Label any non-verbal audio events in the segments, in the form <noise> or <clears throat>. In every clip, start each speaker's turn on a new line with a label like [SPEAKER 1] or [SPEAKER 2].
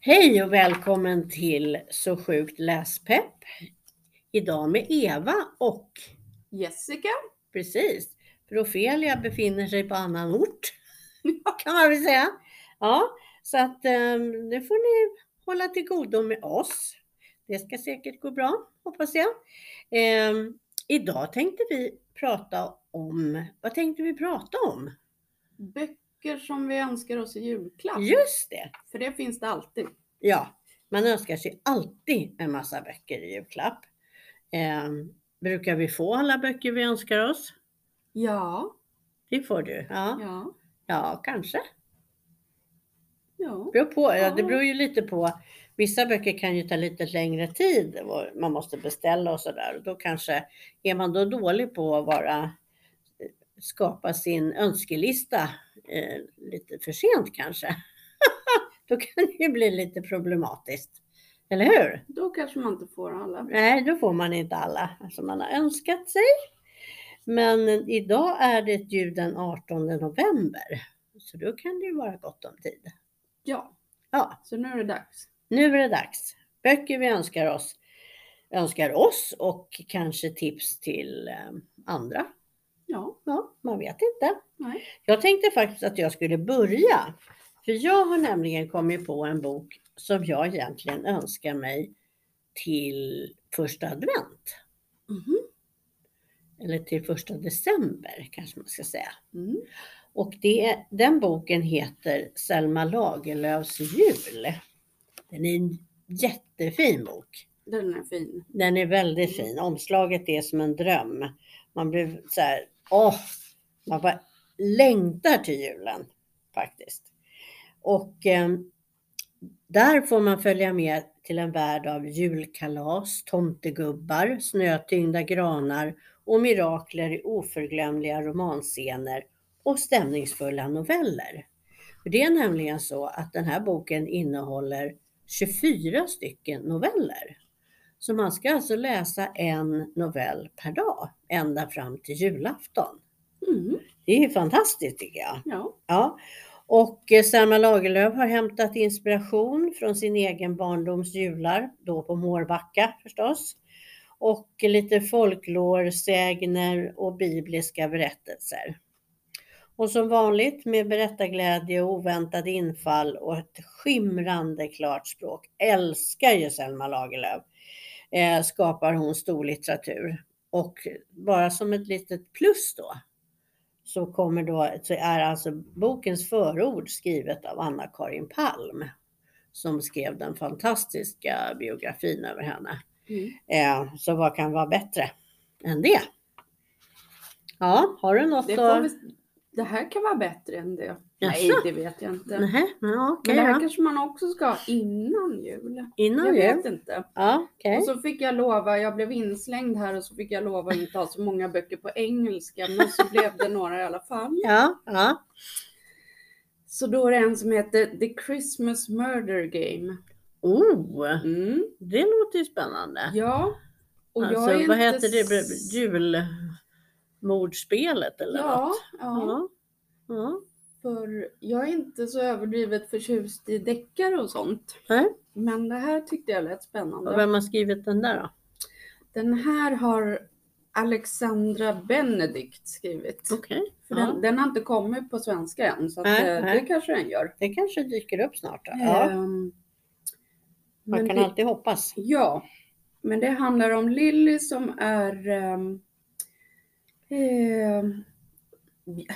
[SPEAKER 1] Hej och välkommen till Så sjukt läspepp. Idag med Eva och
[SPEAKER 2] Jessica.
[SPEAKER 1] precis, för Ofelia befinner sig på annan ort. <laughs> kan man väl säga. Ja, så att eh, nu får ni hålla till godo med oss. Det ska säkert gå bra, hoppas jag. Eh, idag tänkte vi prata om, vad tänkte vi prata om?
[SPEAKER 2] Böcker som vi önskar oss i julklapp.
[SPEAKER 1] Just det!
[SPEAKER 2] För det finns det alltid.
[SPEAKER 1] Ja, man önskar sig alltid en massa böcker i julklapp. Eh, brukar vi få alla böcker vi önskar oss?
[SPEAKER 2] Ja,
[SPEAKER 1] Det får du. Ja,
[SPEAKER 2] ja,
[SPEAKER 1] ja kanske.
[SPEAKER 2] ja.
[SPEAKER 1] Beror på. Ja, det
[SPEAKER 2] Ja.
[SPEAKER 1] beror ju lite på. Vissa böcker kan ju ta lite längre tid och man måste beställa och sådär. Och Då kanske, är man då dålig på att vara, eh, skapa sin önskelista eh, lite för sent kanske, <laughs> då kan det ju bli lite problematiskt. Eller hur?
[SPEAKER 2] Då kanske man inte får alla.
[SPEAKER 1] Nej, då får man inte alla som man har önskat sig. Men idag är det ju den 18 november, så då kan det ju vara gott om tid.
[SPEAKER 2] Ja,
[SPEAKER 1] Ja,
[SPEAKER 2] så nu är det dags.
[SPEAKER 1] nu är det dags. Böcker vi önskar oss, önskar oss och kanske tips till eh, andra.
[SPEAKER 2] Ja,
[SPEAKER 1] Ja, man vet inte.
[SPEAKER 2] nej.
[SPEAKER 1] Jag tänkte faktiskt att jag skulle börja. För jag har nämligen kommit på en bok som jag egentligen önskar mig till första advent.
[SPEAKER 2] Mhm.
[SPEAKER 1] Eller till första december kanske man ska säga.
[SPEAKER 2] Mm.
[SPEAKER 1] Och det, den boken heter Selma Lagerlöfs jul. Den är en jättefin bok.
[SPEAKER 2] Den är fin.
[SPEAKER 1] Den är väldigt fin. Omslaget är som en dröm. Man blir så här, åh, man bara längtar till julen faktiskt. Och eh, där får man följa med till en värld av julkalas, tomtegubbar, snötyngda granar och mirakler i oförglömliga romanscener och stämningsfulla noveller. För det är nämligen så att den här boken innehåller 24 stycken noveller. Så man ska alltså läsa en novell per dag ända fram till julafton.
[SPEAKER 2] Mm.
[SPEAKER 1] Det är ju fantastiskt tycker jag.
[SPEAKER 2] Ja,
[SPEAKER 1] Ja. Och eh, Selma Lagerlöf har hämtat inspiration från sin egen barndoms jular, då på Mårbacka förstås. Och lite folklor, sägner och bibliska berättelser. Och som vanligt med berättarglädje och oväntade infall och ett skimrande klart språk. Älskar ju Selma Lagerlöf. Eh, skapar hon stor litteratur. Och bara som ett litet plus då så, kommer då, så är alltså bokens förord skrivet av Anna-Karin Palm som skrev den fantastiska biografin över henne.
[SPEAKER 2] mm.
[SPEAKER 1] Eh, så vad kan vara bättre än det? Ja, har du något
[SPEAKER 2] det, får vi... det här kan vara bättre än det. Nej,
[SPEAKER 1] Jaså?
[SPEAKER 2] det vet jag inte.
[SPEAKER 1] Nähä, ja,
[SPEAKER 2] Men
[SPEAKER 1] okej
[SPEAKER 2] det här
[SPEAKER 1] då.
[SPEAKER 2] kanske man också ska ha innan jul. Jag
[SPEAKER 1] Innan jul?
[SPEAKER 2] vet inte.
[SPEAKER 1] Ja, okej.
[SPEAKER 2] Och så fick jag lova, jag blev inslängd här och så fick jag lova att inte ha så många böcker på engelska. Men så blev det några i alla fall.
[SPEAKER 1] Ja, ja.
[SPEAKER 2] Så då är det en som heter The Christmas Murder Game.
[SPEAKER 1] Oh,
[SPEAKER 2] Mm.
[SPEAKER 1] det låter ju spännande.
[SPEAKER 2] Ja. Och
[SPEAKER 1] alltså,
[SPEAKER 2] jag är
[SPEAKER 1] vad
[SPEAKER 2] inte
[SPEAKER 1] heter det?
[SPEAKER 2] s-
[SPEAKER 1] Julmordspelet eller
[SPEAKER 2] Ja,
[SPEAKER 1] något?
[SPEAKER 2] ja.
[SPEAKER 1] ja. ja.
[SPEAKER 2] För jag är inte så överdrivet förtjust i deckare och sånt.
[SPEAKER 1] Nej.
[SPEAKER 2] Men det här tyckte jag lät spännande.
[SPEAKER 1] Och vem har skrivit den där då?
[SPEAKER 2] Den här har Alexandra Benedikt skrivit.
[SPEAKER 1] Okej.
[SPEAKER 2] För
[SPEAKER 1] ja.
[SPEAKER 2] den, den har inte kommit på svenska än, så att,
[SPEAKER 1] Nej,
[SPEAKER 2] eh,
[SPEAKER 1] nej.
[SPEAKER 2] det kanske den gör.
[SPEAKER 1] Det kanske dyker upp snart. Då. Ja,
[SPEAKER 2] Ehm, men
[SPEAKER 1] man kan
[SPEAKER 2] det-
[SPEAKER 1] alltid hoppas.
[SPEAKER 2] Ja, men det handlar om Lilly som är ehm, ehm,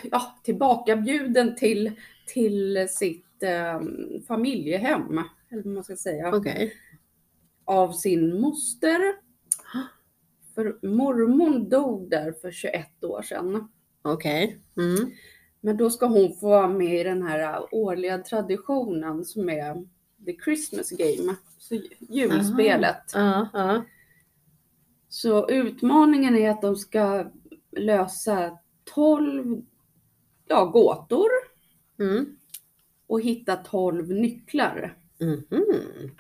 [SPEAKER 2] ja, tillbakabjuden till, till sitt ehm, familjehem, eller vad man ska säga,
[SPEAKER 1] Okej.
[SPEAKER 2] av sin moster. För mormor dog där för 21 år sedan.
[SPEAKER 1] Okej. Mm.
[SPEAKER 2] Men då ska hon få vara med i den här årliga traditionen som är the Christmas game, så ju- julspelet.
[SPEAKER 1] Ja, ja.
[SPEAKER 2] Så utmaningen är att de ska lösa 12 ja, gåtor
[SPEAKER 1] Mm.
[SPEAKER 2] och hitta 12 nycklar.
[SPEAKER 1] Mhm.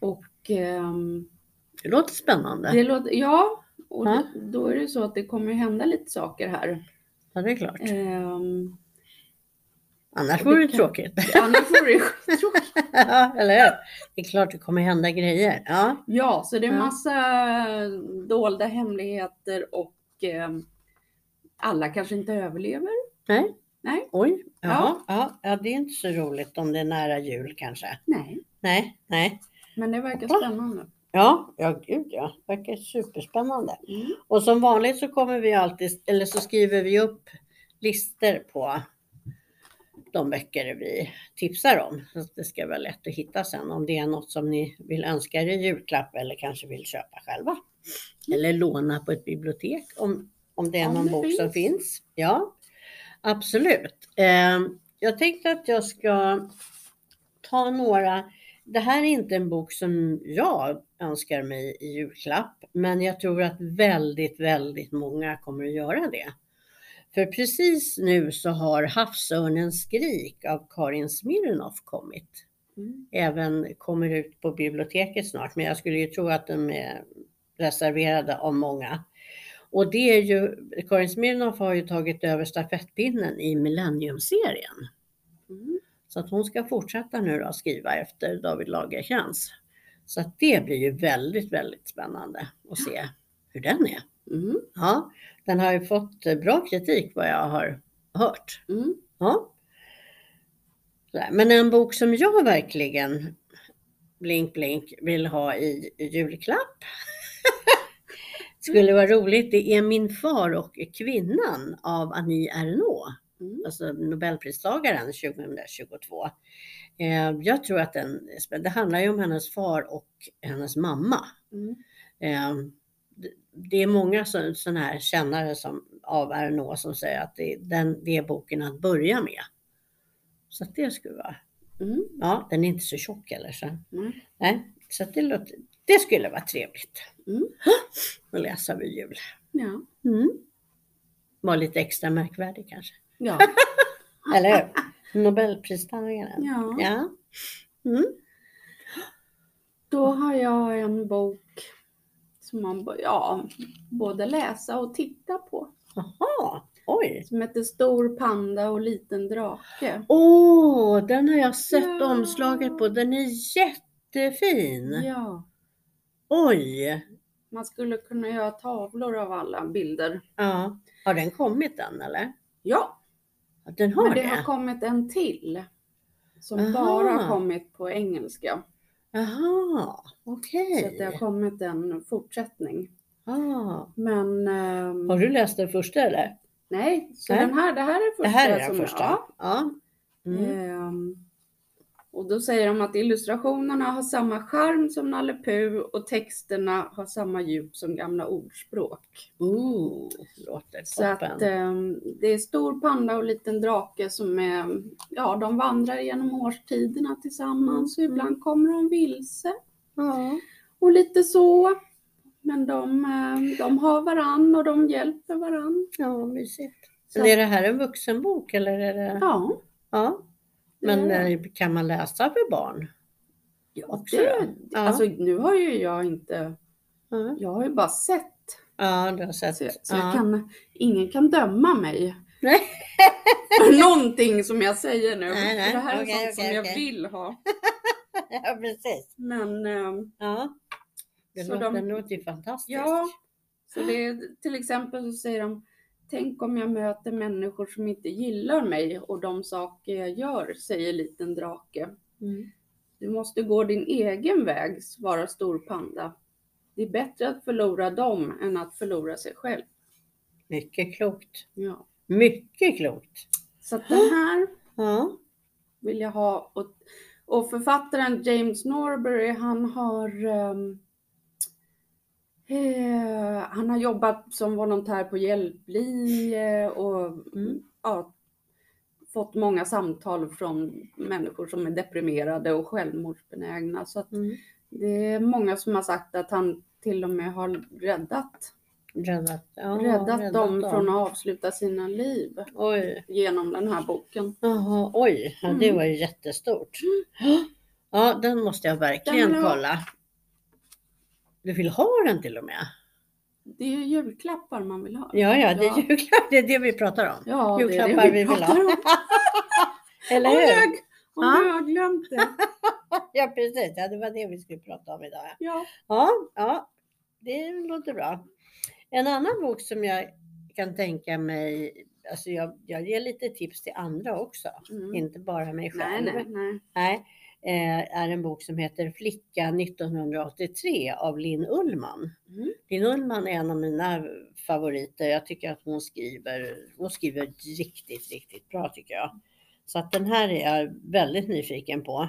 [SPEAKER 2] Och ehm,
[SPEAKER 1] Det låter spännande.
[SPEAKER 2] det låter, ja, och
[SPEAKER 1] Ja.
[SPEAKER 2] det, då är det så att det kommer hända lite saker här.
[SPEAKER 1] Ja, det är klart.
[SPEAKER 2] Ehm,
[SPEAKER 1] Annars vore det
[SPEAKER 2] kan-
[SPEAKER 1] tråkigt.
[SPEAKER 2] Annars vore det
[SPEAKER 1] <laughs>
[SPEAKER 2] skittråkigt.
[SPEAKER 1] Ja, eller hur? Det är klart det kommer hända grejer. Ja,
[SPEAKER 2] Ja, så det är
[SPEAKER 1] Ja.
[SPEAKER 2] massa dolda hemligheter och eh, alla kanske inte överlever.
[SPEAKER 1] oj. Ja.
[SPEAKER 2] Ja.
[SPEAKER 1] Ja, ja, det är inte så roligt om det är nära jul kanske.
[SPEAKER 2] Nej,
[SPEAKER 1] Nej, nej.
[SPEAKER 2] men det verkar
[SPEAKER 1] Hoppa.
[SPEAKER 2] spännande.
[SPEAKER 1] Ja, ja gud ja. Verkar superspännande.
[SPEAKER 2] Mm.
[SPEAKER 1] Och som vanligt så kommer vi alltid, eller så skriver vi upp listor på de böcker vi tipsar om. Så att det ska vara lätt att hitta sen om det är något som ni vill önska er i julklapp eller kanske vill köpa själva. Eller låna på ett bibliotek om, om det är
[SPEAKER 2] Mm. Om
[SPEAKER 1] någon
[SPEAKER 2] det
[SPEAKER 1] bok som
[SPEAKER 2] finns.
[SPEAKER 1] finns. Ja, absolut. Ehm, Jag tänkte att jag ska ta några det här är inte en bok som jag önskar mig i julklapp, men jag tror att väldigt, väldigt många kommer att göra det. För precis nu så har Havsörnens skrik av Karin Smirnoff kommit.
[SPEAKER 2] Mm.
[SPEAKER 1] Även kommer ut på biblioteket snart, men jag skulle ju tro att de är reserverade av många. Och det är ju, Karin Smirnoff har ju tagit över stafettpinnen i Millennium-serien.
[SPEAKER 2] Mm.
[SPEAKER 1] Så att hon ska fortsätta nu då skriva efter David Lagercrantz. Så att det blir ju väldigt, väldigt spännande att se hur den är.
[SPEAKER 2] Mm.
[SPEAKER 1] Ja, den har ju fått bra kritik vad jag har hört.
[SPEAKER 2] Mm.
[SPEAKER 1] Ja. Sådär. Men en bok som jag verkligen blink blink vill ha i julklapp. <laughs> Skulle vara roligt. Det är Min far och kvinnan av Annie Ernaux
[SPEAKER 2] Mm.
[SPEAKER 1] alltså Nobelpristagaren 2022. Eh, jag tror att den, är spä- det handlar ju om hennes far och hennes mamma.
[SPEAKER 2] Mm.
[SPEAKER 1] Eh, det- det är många sådana här kännare som, av Ernaux som säger att det, är den, det är boken att börja med. Så att det skulle vara,
[SPEAKER 2] Mm.
[SPEAKER 1] ja den är inte så tjock heller så,
[SPEAKER 2] Nej.
[SPEAKER 1] nej, så att det, låter, det skulle vara trevligt.
[SPEAKER 2] Mm.
[SPEAKER 1] Att läsa vid jul.
[SPEAKER 2] Ja.
[SPEAKER 1] Mm. Var lite extra märkvärdig kanske.
[SPEAKER 2] Ja.
[SPEAKER 1] Eller hur? Nobelpristagaren.
[SPEAKER 2] ja.
[SPEAKER 1] Ja. Mm.
[SPEAKER 2] Då har jag en bok som man bo- ja, både läsa och titta på.
[SPEAKER 1] Jaha, oj.
[SPEAKER 2] Som heter Stor panda och liten drake.
[SPEAKER 1] Åh, den har jag sett
[SPEAKER 2] Ja.
[SPEAKER 1] omslaget på. Den är jättefin.
[SPEAKER 2] Ja.
[SPEAKER 1] Oj.
[SPEAKER 2] Man skulle kunna göra tavlor av alla bilder.
[SPEAKER 1] Ja. Har den kommit än eller?
[SPEAKER 2] Ja,
[SPEAKER 1] Ja, Den har
[SPEAKER 2] men
[SPEAKER 1] det.
[SPEAKER 2] det har kommit en till. Som
[SPEAKER 1] Aha.
[SPEAKER 2] bara har kommit på engelska.
[SPEAKER 1] Jaha, okej.
[SPEAKER 2] Så att det har kommit en fortsättning.
[SPEAKER 1] Ah.
[SPEAKER 2] Men ehm,
[SPEAKER 1] Har du läst den första eller?
[SPEAKER 2] nej, så
[SPEAKER 1] Nej.
[SPEAKER 2] den här, det här är första.
[SPEAKER 1] det här är den
[SPEAKER 2] som-
[SPEAKER 1] första.
[SPEAKER 2] Ja,
[SPEAKER 1] Ja. Mm.
[SPEAKER 2] Ehm, och då säger de att illustrationerna har samma charm som Nalle Puh och texterna har samma djup som gamla ordspråk.
[SPEAKER 1] Ooh, låter
[SPEAKER 2] Så att
[SPEAKER 1] toppen.
[SPEAKER 2] ehm, det är stor panda och liten drake som är, ja de vandrar genom årstiderna tillsammans och ibland kommer de vilse
[SPEAKER 1] Ja.
[SPEAKER 2] och lite så. Men de, ehm, de har varann och de hjälper varann.
[SPEAKER 1] ja, mysigt.
[SPEAKER 2] Så
[SPEAKER 1] Men är det här en vuxenbok eller är det?
[SPEAKER 2] att, ja,
[SPEAKER 1] Ja.
[SPEAKER 2] det
[SPEAKER 1] Men
[SPEAKER 2] är det.
[SPEAKER 1] eh, kan man läsa för barn?
[SPEAKER 2] ja,
[SPEAKER 1] också
[SPEAKER 2] det,
[SPEAKER 1] Ja.
[SPEAKER 2] alltså nu har ju jag inte,
[SPEAKER 1] Ja,
[SPEAKER 2] jag har ju bara sett
[SPEAKER 1] ja du har sett.
[SPEAKER 2] Så, jag, Alltså, så
[SPEAKER 1] ja.
[SPEAKER 2] jag kan, ingen kan döma mig.
[SPEAKER 1] Nej.
[SPEAKER 2] För någonting som jag säger nu.
[SPEAKER 1] Nej, nej.
[SPEAKER 2] För det här
[SPEAKER 1] Okej,
[SPEAKER 2] är sånt
[SPEAKER 1] okej,
[SPEAKER 2] som jag
[SPEAKER 1] okej.
[SPEAKER 2] vill ha.
[SPEAKER 1] ja, <laughs> precis.
[SPEAKER 2] Men ehm,
[SPEAKER 1] Ja. Det
[SPEAKER 2] Så
[SPEAKER 1] låter,
[SPEAKER 2] de-
[SPEAKER 1] den låter ju fantastiskt.
[SPEAKER 2] ja, så det är, till exempel så säger de Tänk om jag möter människor som inte gillar mig och de saker jag gör, säger liten drake.
[SPEAKER 1] Mm.
[SPEAKER 2] Du måste gå din egen väg, svarar stor panda. Det är bättre att förlora dem än att förlora sig själv.
[SPEAKER 1] Mycket klokt.
[SPEAKER 2] Ja.
[SPEAKER 1] Mycket klokt.
[SPEAKER 2] Så att den här
[SPEAKER 1] Ja.
[SPEAKER 2] vill jag ha. Och, och författaren James Norbury, han har ehm, eh, han har jobbat som volontär på hjälplinje och
[SPEAKER 1] Mm.
[SPEAKER 2] ja, fått många samtal från människor som är deprimerade och självmordsbenägna. Så att
[SPEAKER 1] Mm.
[SPEAKER 2] det är många som har sagt att han till och med har räddat,
[SPEAKER 1] Räddat, ja,
[SPEAKER 2] räddat dem från att avsluta sina liv
[SPEAKER 1] Oj.
[SPEAKER 2] genom den här boken.
[SPEAKER 1] Jaha, oj. Ja, det
[SPEAKER 2] Mm.
[SPEAKER 1] var ju jättestort. Ja, Mm. den måste jag verkligen
[SPEAKER 2] Den vill jag ha.
[SPEAKER 1] kolla. Du vill ha den till och med?
[SPEAKER 2] Det är ju julklappar man vill ha.
[SPEAKER 1] <laughs> Ja, ja, det är
[SPEAKER 2] Ja.
[SPEAKER 1] ju klart. Det är det vi pratar om.
[SPEAKER 2] Ja,
[SPEAKER 1] Julklappar vi vill ha.
[SPEAKER 2] pratar om.
[SPEAKER 1] Eller
[SPEAKER 2] Hon
[SPEAKER 1] hur?
[SPEAKER 2] ljög! Hon
[SPEAKER 1] Ja.
[SPEAKER 2] ljög, glömt det.
[SPEAKER 1] Ja, precis. Ja, det var det vi skulle prata om idag. ja.
[SPEAKER 2] Ja.
[SPEAKER 1] Ja, ja det låter bra. En annan bok som jag kan tänka mig, alltså jag, jag ger lite tips till andra också,
[SPEAKER 2] Mm.
[SPEAKER 1] inte bara mig
[SPEAKER 2] Nej,
[SPEAKER 1] själv.
[SPEAKER 2] nej, nej.
[SPEAKER 1] Nej, eh, är en bok som heter Flicka 1983 av Linn Ullman.
[SPEAKER 2] Mm.
[SPEAKER 1] Linn Ullman är en av mina favoriter. Jag tycker att hon skriver, hon skriver riktigt, riktigt bra tycker jag. Så att den här är jag väldigt nyfiken på.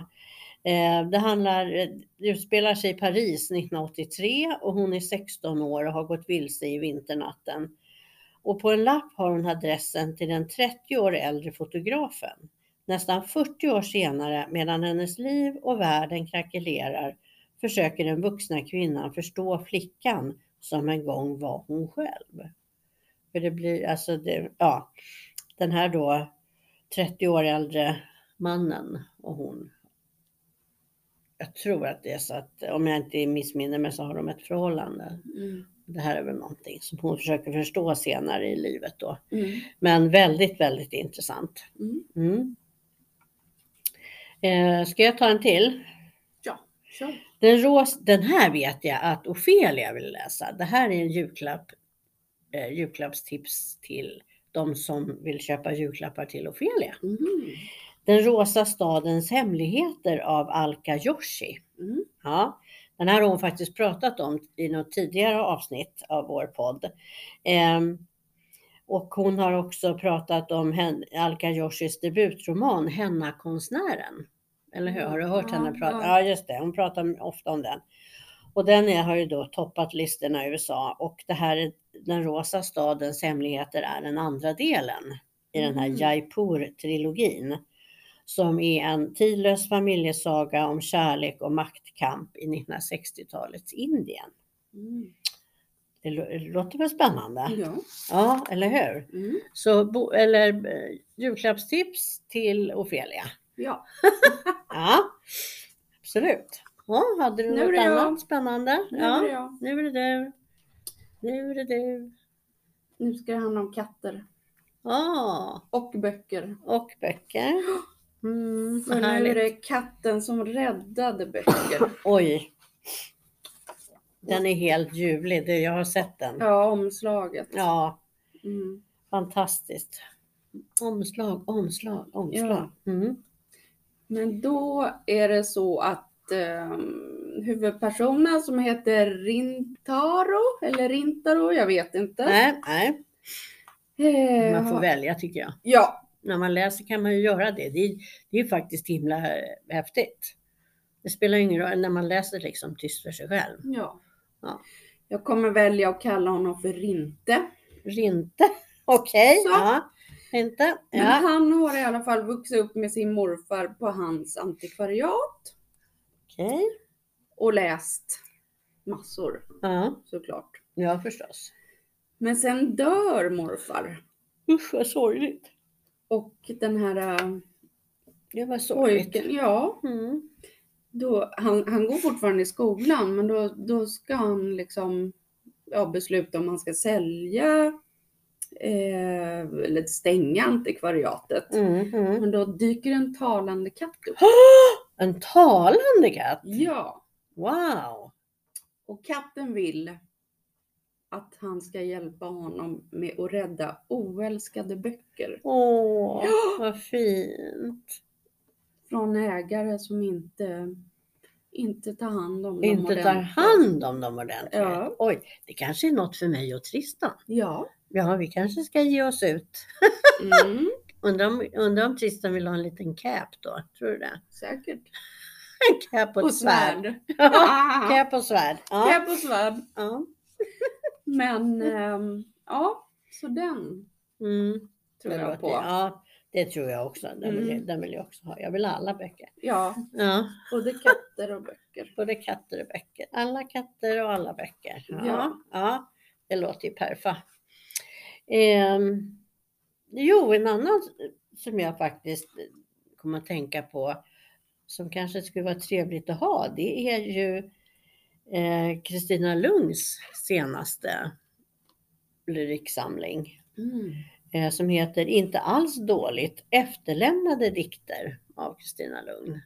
[SPEAKER 1] Eh, det handlar, eh, det utspelar sig i Paris 1983 och hon är 16 år och har gått vilse i vinternatten. Och på en lapp har hon adressen till den 30 år äldre fotografen. Nästan 40 år senare, medan hennes liv och världen krackelerar, försöker den vuxna kvinnan förstå flickan som en gång var hon själv. För det blir alltså, det, ja, den här då 30 år äldre mannen och hon. Jag tror att det är så att, om jag inte missminner mig så har de ett förhållande.
[SPEAKER 2] Mm.
[SPEAKER 1] Det här är väl någonting som hon försöker förstå senare i livet då.
[SPEAKER 2] Mm.
[SPEAKER 1] Men väldigt, väldigt intressant.
[SPEAKER 2] Mm.
[SPEAKER 1] Mm. Eh, ska jag ta en till?
[SPEAKER 2] Ja, kör.
[SPEAKER 1] Den, ros, den här vet jag att Ofelia vill läsa. Det här är en julklapp, eh, julklappstips till de som vill köpa julklappar till Ofelia.
[SPEAKER 2] Mm.
[SPEAKER 1] Den rosa stadens hemligheter av Alka Joshi.
[SPEAKER 2] Mm.
[SPEAKER 1] Ja, den här har hon faktiskt pratat om i något tidigare avsnitt av vår podd. Ehm, och hon har också pratat om hen- Alka Joshis debutroman Henna-konstnären. Eller hur? Har du hört
[SPEAKER 2] Ja,
[SPEAKER 1] henne prata?
[SPEAKER 2] ja.
[SPEAKER 1] Ja, just det. Hon pratar om- ofta om den. Och den är, har ju då toppat listorna i USA och det här är Den rosa stadens hemligheter är den andra delen i den här
[SPEAKER 2] Mm.
[SPEAKER 1] Jaipur-trilogin som är en tidlös familjesaga om kärlek och maktkamp i 1960-talets Indien.
[SPEAKER 2] Mm.
[SPEAKER 1] Det lå- det låter väl spännande?
[SPEAKER 2] Ja.
[SPEAKER 1] Ja, eller hur?
[SPEAKER 2] Mm.
[SPEAKER 1] Så bo, eller, eh, julklappstips till Ofelia.
[SPEAKER 2] ja.
[SPEAKER 1] Ja, absolut. Ja, hade du
[SPEAKER 2] Nu är
[SPEAKER 1] något
[SPEAKER 2] det jag.
[SPEAKER 1] annat spännande?
[SPEAKER 2] Nu,
[SPEAKER 1] ja,
[SPEAKER 2] är det jag.
[SPEAKER 1] nu är det du. Nu är det du.
[SPEAKER 2] nu ska det handla om katter
[SPEAKER 1] Ja,
[SPEAKER 2] och böcker.
[SPEAKER 1] och
[SPEAKER 2] <gasps>
[SPEAKER 1] böcker. Mm,
[SPEAKER 2] Och
[SPEAKER 1] vad
[SPEAKER 2] nu är
[SPEAKER 1] härligt.
[SPEAKER 2] det katten som räddade böcker.
[SPEAKER 1] <laughs> Oj. Den är helt ljuvlig. Du, jag har sett den.
[SPEAKER 2] Ja, omslaget.
[SPEAKER 1] Ja,
[SPEAKER 2] Mm.
[SPEAKER 1] Fantastiskt. Omslag, omslag, omslag. Mm.
[SPEAKER 2] Men då är det så att eh, huvudpersonen som heter Rintaro, eller Rintaro, jag vet inte.
[SPEAKER 1] Nej, nej,
[SPEAKER 2] Eh,
[SPEAKER 1] man får välja tycker jag.
[SPEAKER 2] Ja,
[SPEAKER 1] När man läser kan man ju göra det. Det är, det är faktiskt himla eh, häftigt. Det spelar ju ingen roll när man läser liksom tyst för sig själv.
[SPEAKER 2] ja.
[SPEAKER 1] Ja.
[SPEAKER 2] Jag kommer välja att kalla honom för Rinte.
[SPEAKER 1] Rinte, <laughs> okej.
[SPEAKER 2] Så.
[SPEAKER 1] Ja. Inte.
[SPEAKER 2] Men
[SPEAKER 1] Ja.
[SPEAKER 2] han har i alla fall vuxit upp med sin morfar på hans antikvariat
[SPEAKER 1] Okej.
[SPEAKER 2] och läst massor
[SPEAKER 1] Ja.
[SPEAKER 2] såklart.
[SPEAKER 1] ja, förstås.
[SPEAKER 2] Men sen dör morfar
[SPEAKER 1] Usch vad sorgligt.
[SPEAKER 2] och den här eh,
[SPEAKER 1] Det var sorgligt.
[SPEAKER 2] pojken, ja,
[SPEAKER 1] Mm.
[SPEAKER 2] då, han, han går fortfarande i skolan men då, då ska han liksom ja, besluta om han ska sälja eh, eller stänga antikvariatet.
[SPEAKER 1] Mm, mm.
[SPEAKER 2] Men då dyker en talande katt upp.
[SPEAKER 1] En talande katt?
[SPEAKER 2] Ja,
[SPEAKER 1] Wow!
[SPEAKER 2] och katten vill att han ska hjälpa honom med att rädda oälskade böcker
[SPEAKER 1] Åh,
[SPEAKER 2] Ja.
[SPEAKER 1] <gasps> vad fint.
[SPEAKER 2] från ägare som inte, inte tar hand om dem
[SPEAKER 1] Inte tar
[SPEAKER 2] ordentligt.
[SPEAKER 1] hand om dem ordentligt.
[SPEAKER 2] Ja.
[SPEAKER 1] Oj, det kanske är något för mig och Tristan. <laughs>
[SPEAKER 2] Ja.
[SPEAKER 1] Ja, vi kanske ska ge oss ut.
[SPEAKER 2] Mm,
[SPEAKER 1] Undrar om, undrar om Tristan vill ha en liten cap då? Tror du det? <laughs>
[SPEAKER 2] säkert.
[SPEAKER 1] En cap och ett svärd. <laughs>
[SPEAKER 2] <laughs> Cap
[SPEAKER 1] Cap och svärd. Ja.
[SPEAKER 2] och svärd.
[SPEAKER 1] ja.
[SPEAKER 2] Men ehm, ja, så den
[SPEAKER 1] Mm,
[SPEAKER 2] tror
[SPEAKER 1] det
[SPEAKER 2] jag
[SPEAKER 1] låter-
[SPEAKER 2] på. Ja.
[SPEAKER 1] Ja, det tror jag också. Den vill,
[SPEAKER 2] Mm.
[SPEAKER 1] den vill jag också ha. Jag vill ha alla böcker. Ja,
[SPEAKER 2] både katter och böcker.
[SPEAKER 1] både katter och böcker. Alla katter och alla böcker. Ja, ja.
[SPEAKER 2] Ja.
[SPEAKER 1] det låter ju perfa. Ehm, jo, en annan som jag faktiskt kommer att tänka på som kanske skulle vara trevligt att ha, det är ju eh, Kristina Lungs senaste lyriksamling.
[SPEAKER 2] Mm.
[SPEAKER 1] eh, som heter Inte alls dåligt, efterlämnade dikter av Kristina Lugn.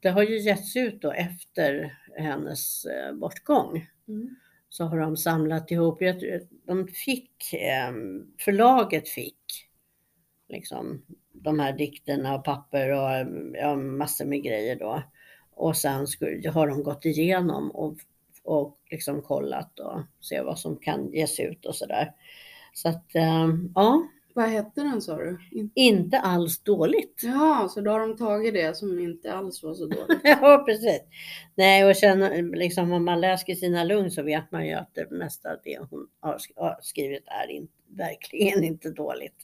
[SPEAKER 1] Det har ju getts ut då efter hennes eh, bortgång.
[SPEAKER 2] Mm.
[SPEAKER 1] Så har de samlat ihop, jag tror- de fick, eh, förlaget fick liksom de här dikterna och papper och eh, ja, massor med grejer då. Och sen skulle, har de gått igenom och, och liksom kollat och se vad som kan ges ut och sådär. Så att eh, ja,
[SPEAKER 2] Vad hette den sa du? In-
[SPEAKER 1] inte alls dåligt.
[SPEAKER 2] Ja, så då har de tagit det som inte alls var så dåligt.
[SPEAKER 1] <laughs> Ja, precis. Nej, och sen liksom om man läser Kristina Lugn så vet man ju att det mesta av det hon har sk- har skrivit är in, verkligen inte dåligt.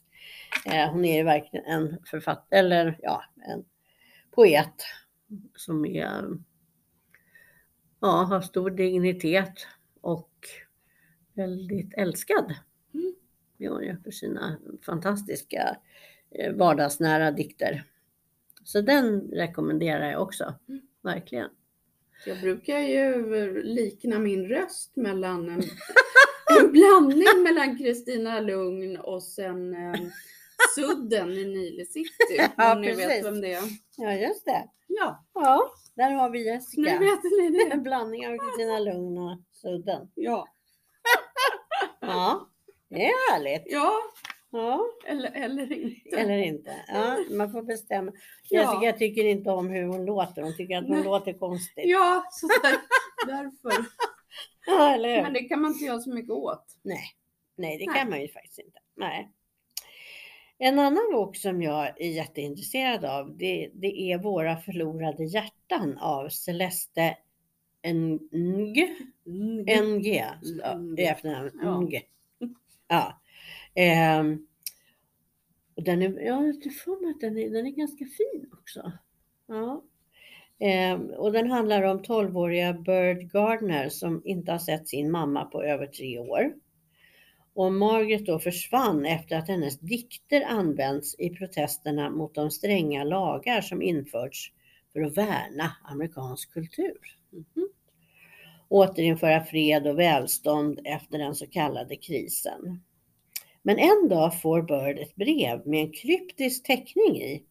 [SPEAKER 1] Eh, hon är ju verkligen en författare, eller ja, en poet som är, ja, har stor dignitet och väldigt älskad.
[SPEAKER 2] Mm.
[SPEAKER 1] Det är hon ju för sina fantastiska eh, vardagsnära dikter. Så den rekommenderar jag också,
[SPEAKER 2] Mm.
[SPEAKER 1] verkligen.
[SPEAKER 2] Jag brukar ju likna min röst
[SPEAKER 1] <laughs>
[SPEAKER 2] mellan en, en blandning mellan Kristina Lugn och sen eh, Sudden i Nile City. Om
[SPEAKER 1] Ja,
[SPEAKER 2] ni vet
[SPEAKER 1] precis.
[SPEAKER 2] vem det är.
[SPEAKER 1] Ja, just det.
[SPEAKER 2] Ja,
[SPEAKER 1] Ja, där har vi
[SPEAKER 2] nu
[SPEAKER 1] Jessica.
[SPEAKER 2] vet ni det.
[SPEAKER 1] En blandning av Kristina Lugn och Sudden.
[SPEAKER 2] Ja,
[SPEAKER 1] Ja, det är härligt.
[SPEAKER 2] ja
[SPEAKER 1] Ja,
[SPEAKER 2] eller, eller inte.
[SPEAKER 1] eller inte. Ja, man får bestämma.
[SPEAKER 2] Ja.
[SPEAKER 1] Jessica tycker inte om hur hon låter. Hon tycker att hon
[SPEAKER 2] Nej.
[SPEAKER 1] låter konstigt.
[SPEAKER 2] Ja, så där, därför.
[SPEAKER 1] Ja, eller hur?
[SPEAKER 2] Men det kan man inte göra så mycket åt.
[SPEAKER 1] Nej, nej det
[SPEAKER 2] Nej.
[SPEAKER 1] kan man ju faktiskt inte. Nej. En annan bok som jag är jätteintresserad av det, det är Våra förlorade hjärtan av Celeste Ng. Mm. NG. ja,
[SPEAKER 2] Mm.
[SPEAKER 1] i efternamn.
[SPEAKER 2] Ja.
[SPEAKER 1] NG. Ja. Ehm, och den är, jag har inte för mig att den är, den är ganska fin också. Ja. Ehm, och den handlar om 12-åriga Bird Gardner som inte har sett sin mamma på över tre år. Och Margaret då försvann efter att hennes dikter använts i protesterna mot de stränga lagar som införts för att värna amerikansk kultur. Mhm. Återinföra fred och välstånd efter den så kallade krisen. Men en dag får Bird ett brev med en kryptisk teckning i.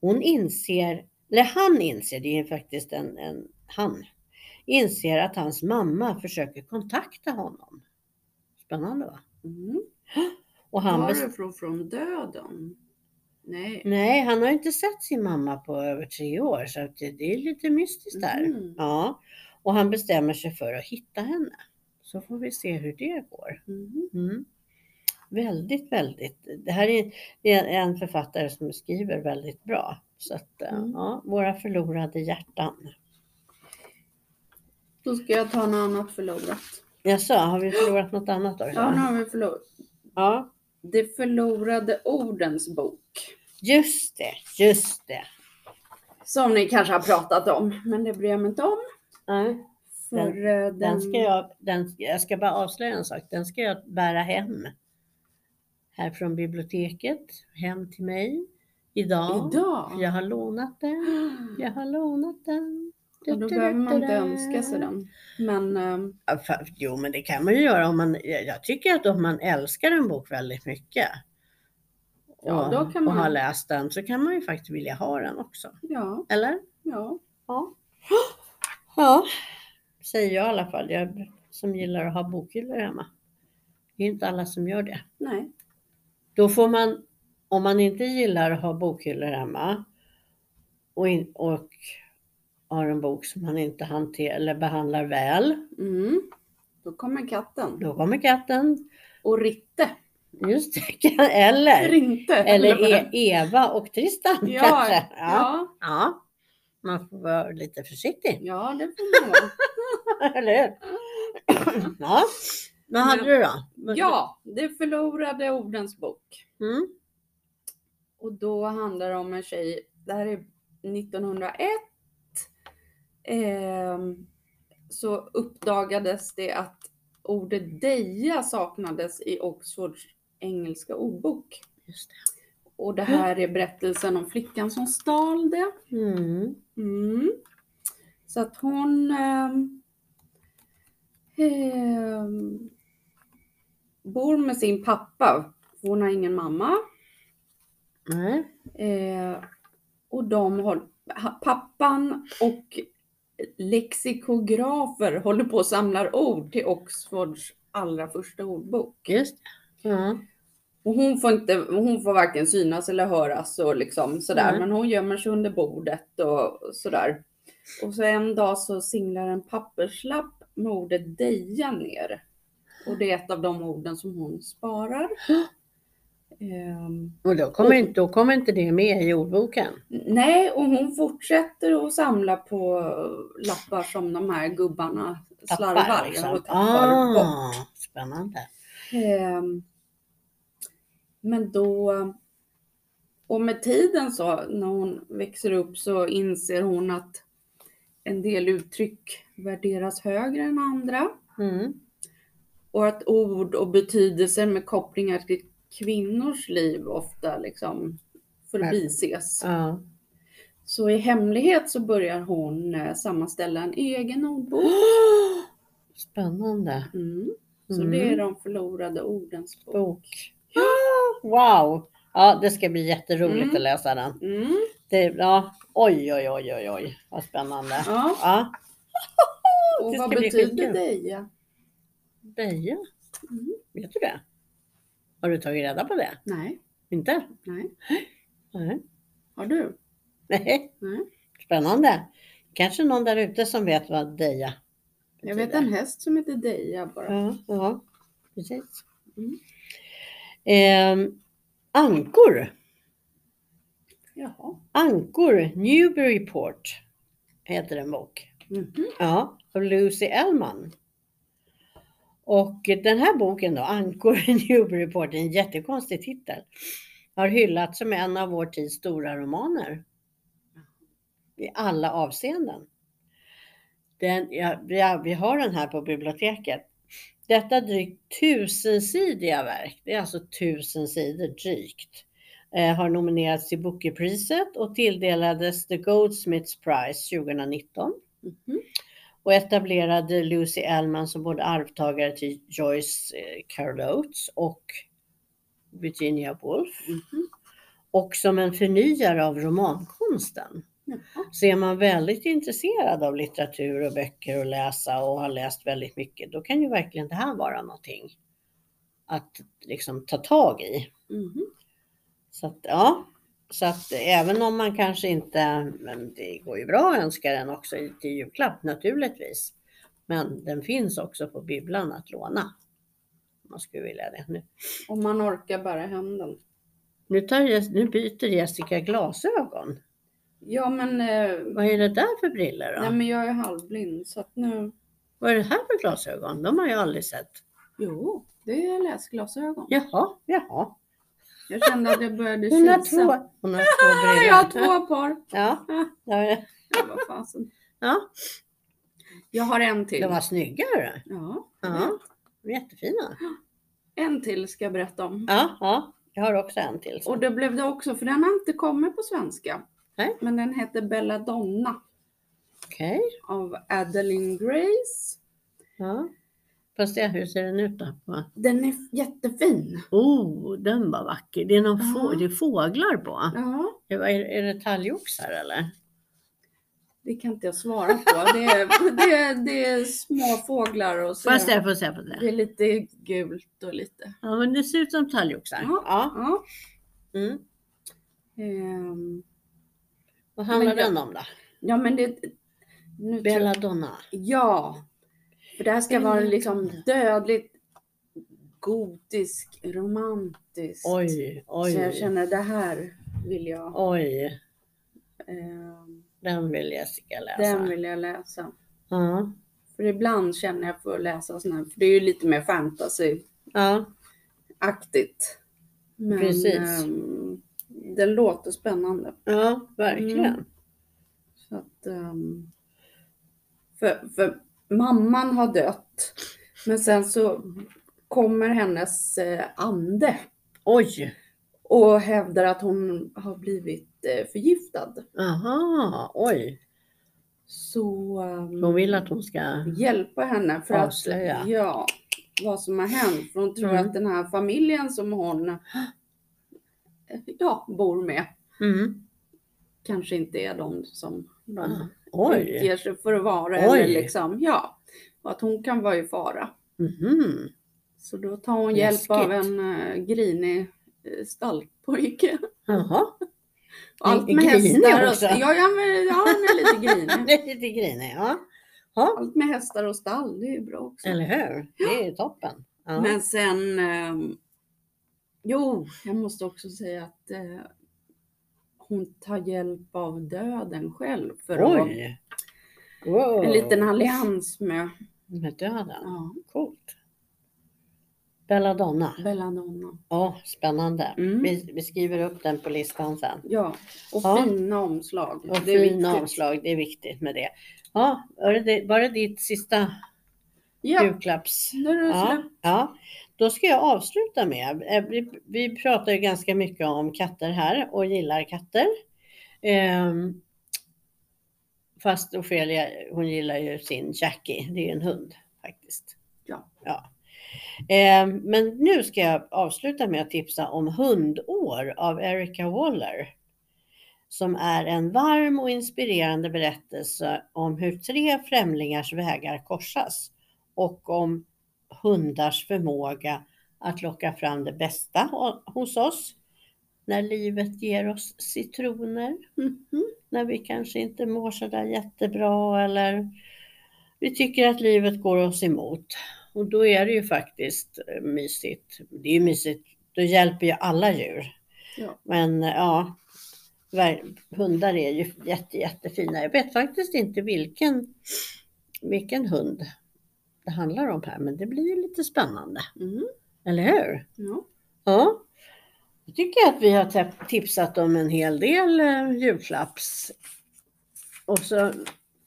[SPEAKER 1] Hon inser, eller han inser, det är ju faktiskt en, en han, inser att hans mamma försöker kontakta honom. Spännande va?
[SPEAKER 2] Mm.
[SPEAKER 1] Och han
[SPEAKER 2] Var
[SPEAKER 1] bes-
[SPEAKER 2] det från, från döden? Nej.
[SPEAKER 1] Nej, han har inte sett sin mamma på över tre år så att det, det är lite mystiskt där.
[SPEAKER 2] Mm.
[SPEAKER 1] Ja, och han bestämmer sig för att hitta henne. Så får vi se hur det går.
[SPEAKER 2] Mm.
[SPEAKER 1] Mm. Väldigt, väldigt. Det här är det är en författare som skriver väldigt bra. Så att, eh,
[SPEAKER 2] Mm.
[SPEAKER 1] ja, våra förlorade hjärtan.
[SPEAKER 2] Då ska jag ta något annat förlorat.
[SPEAKER 1] Jaså, har vi förlorat något annat då?
[SPEAKER 2] Ja, nu har vi förlorat.
[SPEAKER 1] ja,
[SPEAKER 2] De förlorade ordens bok.
[SPEAKER 1] just det, just det.
[SPEAKER 2] Som ni kanske har pratat om, men det bryr jag mig inte om.
[SPEAKER 1] Nej.
[SPEAKER 2] För eh, den,
[SPEAKER 1] Den ska jag, den, jag ska bara avslöja en sak, den ska jag bära hem. Här från biblioteket, hem till mig. Idag.
[SPEAKER 2] idag.
[SPEAKER 1] Jag har lånat den, jag har lånat den.
[SPEAKER 2] Och då behöver man inte
[SPEAKER 1] Du-du-du-du-du.
[SPEAKER 2] önska sig den. Men eh,
[SPEAKER 1] Ja, fa- Jo, men det kan man ju göra om man, jag jag tycker att om man älskar en bok väldigt mycket
[SPEAKER 2] Ja,
[SPEAKER 1] och,
[SPEAKER 2] då kan
[SPEAKER 1] och
[SPEAKER 2] man-
[SPEAKER 1] har läst den så kan man ju faktiskt vilja ha den också.
[SPEAKER 2] ja,
[SPEAKER 1] Eller?
[SPEAKER 2] ja.
[SPEAKER 1] Ja. <gasps> Ja, säger jag i alla fall. Jag som gillar att ha bokhyllor hemma. Det är inte alla som gör det.
[SPEAKER 2] Nej.
[SPEAKER 1] Då får man, om man inte gillar att ha bokhyllor hemma och, in, och har en bok som man inte hanterar eller behandlar väl,
[SPEAKER 2] Mm. Då kommer katten.
[SPEAKER 1] då kommer katten.
[SPEAKER 2] Och Ritte.
[SPEAKER 1] Just det, eller,
[SPEAKER 2] Rinte.
[SPEAKER 1] eller
[SPEAKER 2] vad
[SPEAKER 1] e, Eva och Tristan
[SPEAKER 2] Ja,
[SPEAKER 1] kanske. Ja.
[SPEAKER 2] ja,
[SPEAKER 1] ja, man får vara lite försiktig. <laughs>
[SPEAKER 2] ja, det får man vara.
[SPEAKER 1] Eller
[SPEAKER 2] <clears throat>
[SPEAKER 1] hur? Ja. Vad hade
[SPEAKER 2] Men-
[SPEAKER 1] du då?
[SPEAKER 2] Ja, det förlorade ordens bok.
[SPEAKER 1] Mm.
[SPEAKER 2] Och då handlar det om en tjej, det här är 1901. Ehm, så uppdagades det att ordet deja saknades i Oxfords engelska ordbok.
[SPEAKER 1] Just
[SPEAKER 2] Och det här är berättelsen om flickan som stal det.
[SPEAKER 1] det. Mm.
[SPEAKER 2] Mm. Så att hon ehm, ehm, bor med sin pappa Hon har ingen mamma.
[SPEAKER 1] Nej.
[SPEAKER 2] Eh, och de håll, ha- pappan och lexikografer håller på och samlar ord till Oxfords allra första ordbok.
[SPEAKER 1] Just det. Ja.
[SPEAKER 2] Och hon får, inte, hon får varken synas eller höras och liksom sådär.
[SPEAKER 1] Nej.
[SPEAKER 2] Men hon gömmer sig under bordet och sådär. Och så en dag så singlar en papperslapp med ordet deja ner. Och det är ett av de orden som hon sparar. Ehm,
[SPEAKER 1] Och då kommer, inte, då kommer inte det med i ordboken.
[SPEAKER 2] nej, och hon fortsätter att samla på lappar som de här gubbarna slarvar och tappar bort.
[SPEAKER 1] liksom. ah, Spännande.
[SPEAKER 2] Ehm, Men då, och med tiden så när hon växer upp så inser hon att en del uttryck värderas högre än andra
[SPEAKER 1] Mm.
[SPEAKER 2] och att ord och betydelser med kopplingar till kvinnors liv ofta liksom förbises.
[SPEAKER 1] Ja.
[SPEAKER 2] Så i hemlighet så börjar hon eh, sammanställa en
[SPEAKER 1] <gasps>
[SPEAKER 2] egen ordbok.
[SPEAKER 1] Spännande.
[SPEAKER 2] Mm. Så
[SPEAKER 1] Mm.
[SPEAKER 2] det är de förlorade ordens bok.
[SPEAKER 1] Bok. Ah, Wow! Ja, det ska bli jätteroligt
[SPEAKER 2] Mm.
[SPEAKER 1] att läsa den.
[SPEAKER 2] Mm.
[SPEAKER 1] Det, ja. Oj, oj, oj, oj, oj, vad spännande.
[SPEAKER 2] Ja.
[SPEAKER 1] Ja.
[SPEAKER 2] Och
[SPEAKER 1] Det
[SPEAKER 2] vad
[SPEAKER 1] ska bli
[SPEAKER 2] betyder
[SPEAKER 1] skitkul.
[SPEAKER 2] deja?
[SPEAKER 1] Deja,
[SPEAKER 2] Mm.
[SPEAKER 1] vet du det? Har du tagit reda på det?
[SPEAKER 2] Nej,
[SPEAKER 1] Inte?
[SPEAKER 2] nej.
[SPEAKER 1] Nej.
[SPEAKER 2] Har du?
[SPEAKER 1] Nej.
[SPEAKER 2] Nej.
[SPEAKER 1] Spännande. Kanske någon där ute som vet vad deja
[SPEAKER 2] Jag vet
[SPEAKER 1] betyder. Mm.
[SPEAKER 2] en häst som heter Deja bara.
[SPEAKER 1] Ja, ja precis.
[SPEAKER 2] Mm.
[SPEAKER 1] Ehm, ankor.
[SPEAKER 2] Jaha.
[SPEAKER 1] Ankor, Newburyport heter en bok.
[SPEAKER 2] Mhm.
[SPEAKER 1] Ja, av Lucy Ellman. Och den här boken då, Ankor <laughs> i Newburyport, det är en jättekonstig titel, har hyllats som en av vår tids stora romaner. I alla avseenden. Den, ja, vi, har- vi har den här på biblioteket. Detta drygt tusensidiga verk, det är alltså tusen sidor drygt, eh, har nominerats till Bookerpriset och tilldelades The Goldsmiths Prize 2019
[SPEAKER 2] Mhm.
[SPEAKER 1] och etablerade Lucy Ellman som både arvtagare till Joyce eh, Carol Oates och Virginia Woolf
[SPEAKER 2] Mhm.
[SPEAKER 1] och som en förnyare av romankonsten.
[SPEAKER 2] Jaha.
[SPEAKER 1] Så är man väldigt intresserad av litteratur och böcker och läsa och har läst väldigt mycket, då kan ju verkligen det här vara någonting att liksom ta tag i.
[SPEAKER 2] Mhm.
[SPEAKER 1] Så att, ja. Så att även om man kanske inte, men det går ju bra att önska den också i- till julklapp naturligtvis. Men den finns också på bibblan att låna. Om man skulle vilja det. Nu,
[SPEAKER 2] Om man orkar bära hem den.
[SPEAKER 1] nu, tar, Jes- nu byter Jessica glasögon.
[SPEAKER 2] Ja men, eh,
[SPEAKER 1] Vad är det där för briller då?
[SPEAKER 2] nej, men jag är halvblind så att nu.
[SPEAKER 1] Vad är det här för glasögon? De har jag aldrig sett.
[SPEAKER 2] Jo, det är läsglasögon.
[SPEAKER 1] Jaha, jaha.
[SPEAKER 2] Jag kände att jag började
[SPEAKER 1] Hon har
[SPEAKER 2] kisa.
[SPEAKER 1] två, hon
[SPEAKER 2] <laughs>
[SPEAKER 1] har två
[SPEAKER 2] Nej,
[SPEAKER 1] briller.
[SPEAKER 2] Jag har två par.
[SPEAKER 1] Ja, det var-
[SPEAKER 2] Ja, vad fasen.
[SPEAKER 1] ja,
[SPEAKER 2] Jag har en till.
[SPEAKER 1] de var snygga. hörru.
[SPEAKER 2] Ja.
[SPEAKER 1] Ja, de är jättefina.
[SPEAKER 2] En till ska jag berätta om.
[SPEAKER 1] Ja, ja, jag har också en till.
[SPEAKER 2] Och det blev det också för den har inte kommit på svenska.
[SPEAKER 1] Nej.
[SPEAKER 2] Men den heter Belladonna
[SPEAKER 1] Okej.
[SPEAKER 2] av Adeline Grace.
[SPEAKER 1] Ja. Fast det, hur ser den ut då? Va?
[SPEAKER 2] Den är jättefin.
[SPEAKER 1] Oh, den var vacker. Det är, någon få,
[SPEAKER 2] Ja.
[SPEAKER 1] det är fåglar på.
[SPEAKER 2] Ja,
[SPEAKER 1] Det var- Är, är det talgoxar eller?
[SPEAKER 2] det kan inte jag svara på. Det är, det är, det är små fåglar och så.
[SPEAKER 1] Får jag se, får jag se, får jag
[SPEAKER 2] Det
[SPEAKER 1] se.
[SPEAKER 2] är lite gult och lite.
[SPEAKER 1] Ja, men det ser ut som talgoxar.
[SPEAKER 2] Ja.
[SPEAKER 1] Ja.
[SPEAKER 2] Ja.
[SPEAKER 1] Mm.
[SPEAKER 2] ehm,
[SPEAKER 1] Vad handlar
[SPEAKER 2] Men jag-
[SPEAKER 1] den om då?
[SPEAKER 2] ja, men det... Nu
[SPEAKER 1] Belladonna.
[SPEAKER 2] Ja. För det här ska vara
[SPEAKER 1] Mm.
[SPEAKER 2] liksom dödligt gotisk, romantisk.
[SPEAKER 1] Oj,
[SPEAKER 2] Så jag
[SPEAKER 1] oj,
[SPEAKER 2] känner det här vill jag.
[SPEAKER 1] oj.
[SPEAKER 2] ehm,
[SPEAKER 1] Den vill Jessica läsa.
[SPEAKER 2] den vill jag läsa.
[SPEAKER 1] Ja.
[SPEAKER 2] För ibland känner jag för att läsa sådana här, för det är ju lite mer fantasy.
[SPEAKER 1] ja,
[SPEAKER 2] aktigt. Men,
[SPEAKER 1] Precis.
[SPEAKER 2] ehm, den låter spännande.
[SPEAKER 1] ja, verkligen.
[SPEAKER 2] Mm. Så att, ehm, för, för mamman har dött. Men sen så kommer hennes eh, ande
[SPEAKER 1] Oj,
[SPEAKER 2] och hävdar att hon har blivit eh, förgiftad.
[SPEAKER 1] aha, oj.
[SPEAKER 2] Så ehm,
[SPEAKER 1] Hon vill att hon ska...
[SPEAKER 2] hjälpa henne för
[SPEAKER 1] Avslöja.
[SPEAKER 2] att ja, vad som har hänt. För hon tror
[SPEAKER 1] Mm.
[SPEAKER 2] att den här familjen som hon eh, ja, bor med
[SPEAKER 1] Mm.
[SPEAKER 2] kanske inte är de som de
[SPEAKER 1] Ah, Oj!
[SPEAKER 2] utger sig för att vara.
[SPEAKER 1] Oj.
[SPEAKER 2] Eller liksom, ja. Och att hon kan vara i fara.
[SPEAKER 1] Mhm.
[SPEAKER 2] Så då tar hon hjälp
[SPEAKER 1] Läskigt.
[SPEAKER 2] av en eh, grinig eh, stallpojke.
[SPEAKER 1] Jaha,
[SPEAKER 2] Och Allt
[SPEAKER 1] En
[SPEAKER 2] med
[SPEAKER 1] grinig
[SPEAKER 2] hästar och,
[SPEAKER 1] också.
[SPEAKER 2] ja, ja, men, ja, han är lite
[SPEAKER 1] <laughs>
[SPEAKER 2] grinig.
[SPEAKER 1] det är lite grinig. Ja. ja,
[SPEAKER 2] Allt med hästar och stall, det är ju bra också.
[SPEAKER 1] eller hur? Det är ju toppen. Ja.
[SPEAKER 2] Men sen, ehm, jo, jag måste också säga att eh, hon tar hjälp av döden själv för att vara
[SPEAKER 1] Oj! Wow.
[SPEAKER 2] en liten allians med
[SPEAKER 1] Med döden.
[SPEAKER 2] ja,
[SPEAKER 1] Coolt. Belladonna.
[SPEAKER 2] Belladonna.
[SPEAKER 1] Ja, spännande.
[SPEAKER 2] Mm.
[SPEAKER 1] Vi, vi skriver upp den på listan sen.
[SPEAKER 2] Ja, och
[SPEAKER 1] Ja.
[SPEAKER 2] fina omslag.
[SPEAKER 1] Och
[SPEAKER 2] Det är
[SPEAKER 1] fina
[SPEAKER 2] viktigt.
[SPEAKER 1] omslag, det är viktigt med det. Ja, var det, var det ditt sista
[SPEAKER 2] Ja,
[SPEAKER 1] julklapps?
[SPEAKER 2] nu är det
[SPEAKER 1] Ja,
[SPEAKER 2] slut.
[SPEAKER 1] ja, då ska jag avsluta med. eh, Vi, vi pratar ju ganska mycket om katter här och gillar katter. Ehm, fast Ofelia, hon gillar ju sin Jackie, det är ju en hund faktiskt.
[SPEAKER 2] Ja.
[SPEAKER 1] ja. Ehm, men nu ska jag avsluta med att tipsa om Hundår av Erica Waller som är en varm och inspirerande berättelse om hur tre främlingars vägar korsas och om hundars förmåga att locka fram det bästa hos oss när livet ger oss citroner,
[SPEAKER 2] Mhm.
[SPEAKER 1] när vi kanske inte mår sådär jättebra eller vi tycker att livet går oss emot. Och då är det ju faktiskt eh, mysigt. Det är ju mysigt, då hjälper ju alla djur.
[SPEAKER 2] Ja.
[SPEAKER 1] Men eh, ja, ver- hundar är ju jätte, jättefina. Jag vet faktiskt inte vilken, vilken hund det handlar om här, men det blir ju lite spännande.
[SPEAKER 2] Mm.
[SPEAKER 1] Eller hur?
[SPEAKER 2] Ja.
[SPEAKER 1] Ja. Jag tycker att vi har tep- tipsat om en hel del eh, julklapps. Och så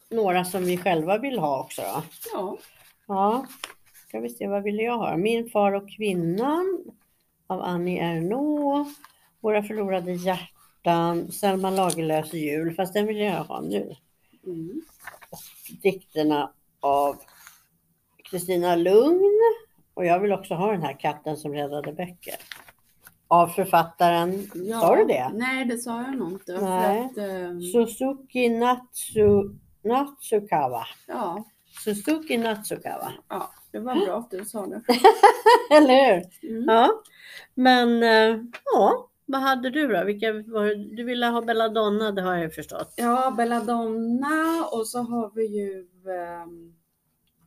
[SPEAKER 1] några som vi själva vill ha också. Då.
[SPEAKER 2] ja,
[SPEAKER 1] Ja, ska vi se vad ville jag ha? Min far och kvinnan av Annie Ernaux. Våra förlorade hjärtan. Selma Lagerlöfs jul, fast den vill jag ha nu.
[SPEAKER 2] mm.
[SPEAKER 1] Dikterna av Kristina Lugn. Och jag vill också ha den här katten som räddade böcker. Av författaren,
[SPEAKER 2] ja.
[SPEAKER 1] sa du det?
[SPEAKER 2] Nej, det sa jag nog inte.
[SPEAKER 1] Nej.
[SPEAKER 2] För att, ehm,
[SPEAKER 1] Suzuki Natsu, Natsukawa.
[SPEAKER 2] ja,
[SPEAKER 1] Suzuki Natsukawa. <laughs>
[SPEAKER 2] ja, det var bra att du sa det.
[SPEAKER 1] Eller hur?
[SPEAKER 2] Mm.
[SPEAKER 1] Ja, men eh, ja, vad hade du då? Vilka var, det- du ville ha Belladonna, det har jag ju förstått.
[SPEAKER 2] Ja, Belladonna och så har vi ju ehm,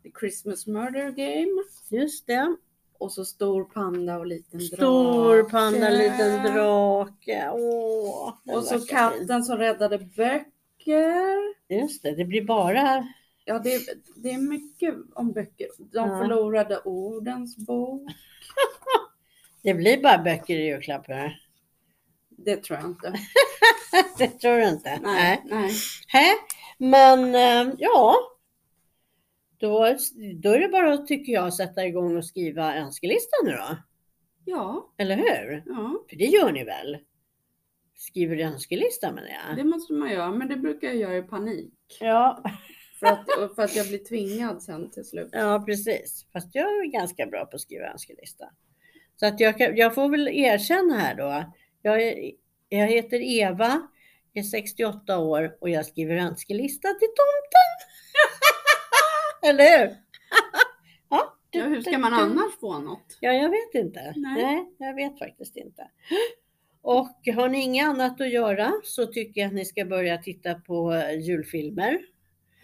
[SPEAKER 2] The Christmas Murder Game.
[SPEAKER 1] Just det.
[SPEAKER 2] Och så stor panda och liten drake.
[SPEAKER 1] Stor panda, liten drake. Åh, den
[SPEAKER 2] Och så
[SPEAKER 1] verkar fin.
[SPEAKER 2] katten som räddade böcker.
[SPEAKER 1] Just det, det blir bara...
[SPEAKER 2] Ja, det är, det är mycket om böcker. De
[SPEAKER 1] Ja.
[SPEAKER 2] förlorade ordens bok.
[SPEAKER 1] Det blir bara böcker i julklappar. <laughs>
[SPEAKER 2] Det tror jag inte.
[SPEAKER 1] Det tror du inte?
[SPEAKER 2] Nej, nej.
[SPEAKER 1] Hä? Men eh, ja. Då, då är det bara, tycker jag, att sätta igång och skriva önskelista nu då.
[SPEAKER 2] Ja,
[SPEAKER 1] Eller hur?
[SPEAKER 2] ja,
[SPEAKER 1] För det gör ni väl? Skriver önskelista menar jag.
[SPEAKER 2] det måste man göra. Men det brukar jag göra i panik.
[SPEAKER 1] Ja,
[SPEAKER 2] För att, för att jag blir tvingad sen till slut.
[SPEAKER 1] ja precis. Fast jag är ganska bra på att skriva önskelista. Så att jag, kan, jag får väl erkänna här då. Jag, är, jag heter Eva, är 68 år och jag skriver önskelista till tomten. <laughs> Eller hur? <laughs> ja, du-
[SPEAKER 2] Ja, hur ska
[SPEAKER 1] du-
[SPEAKER 2] man
[SPEAKER 1] du-
[SPEAKER 2] annars få något?
[SPEAKER 1] Ja, jag vet inte. Nej.
[SPEAKER 2] Nej.
[SPEAKER 1] jag vet faktiskt inte. Och har ni inget annat att göra så tycker jag att ni ska börja titta på eh, julfilmer.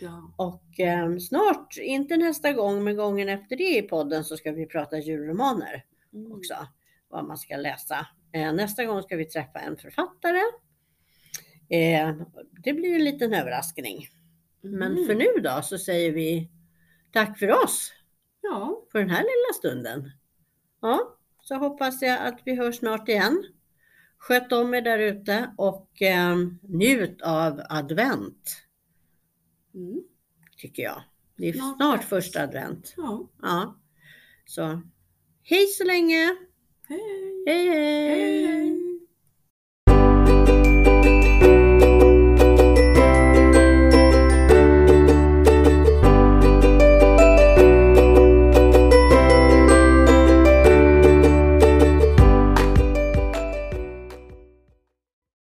[SPEAKER 2] Ja.
[SPEAKER 1] Och eh, snart, inte nästa gång, men gången efter det i podden så ska vi prata julromaner
[SPEAKER 2] Mm.
[SPEAKER 1] också. Vad man ska läsa. Eh, nästa gång ska vi träffa en författare. Eh, det blir en liten överraskning. Men
[SPEAKER 2] Mm.
[SPEAKER 1] för nu då så säger vi tack för oss
[SPEAKER 2] Ja,
[SPEAKER 1] för den här lilla stunden. Ja, så hoppas jag att vi hörs snart igen. Sköt om er där ute och eh, njut av advent
[SPEAKER 2] mm.
[SPEAKER 1] tycker jag. Det är
[SPEAKER 2] Snart
[SPEAKER 1] snart
[SPEAKER 2] dags.
[SPEAKER 1] första advent.
[SPEAKER 2] ja.
[SPEAKER 1] Ja. Så hej så länge!
[SPEAKER 2] Hej.
[SPEAKER 1] Hej hej!
[SPEAKER 2] Hej.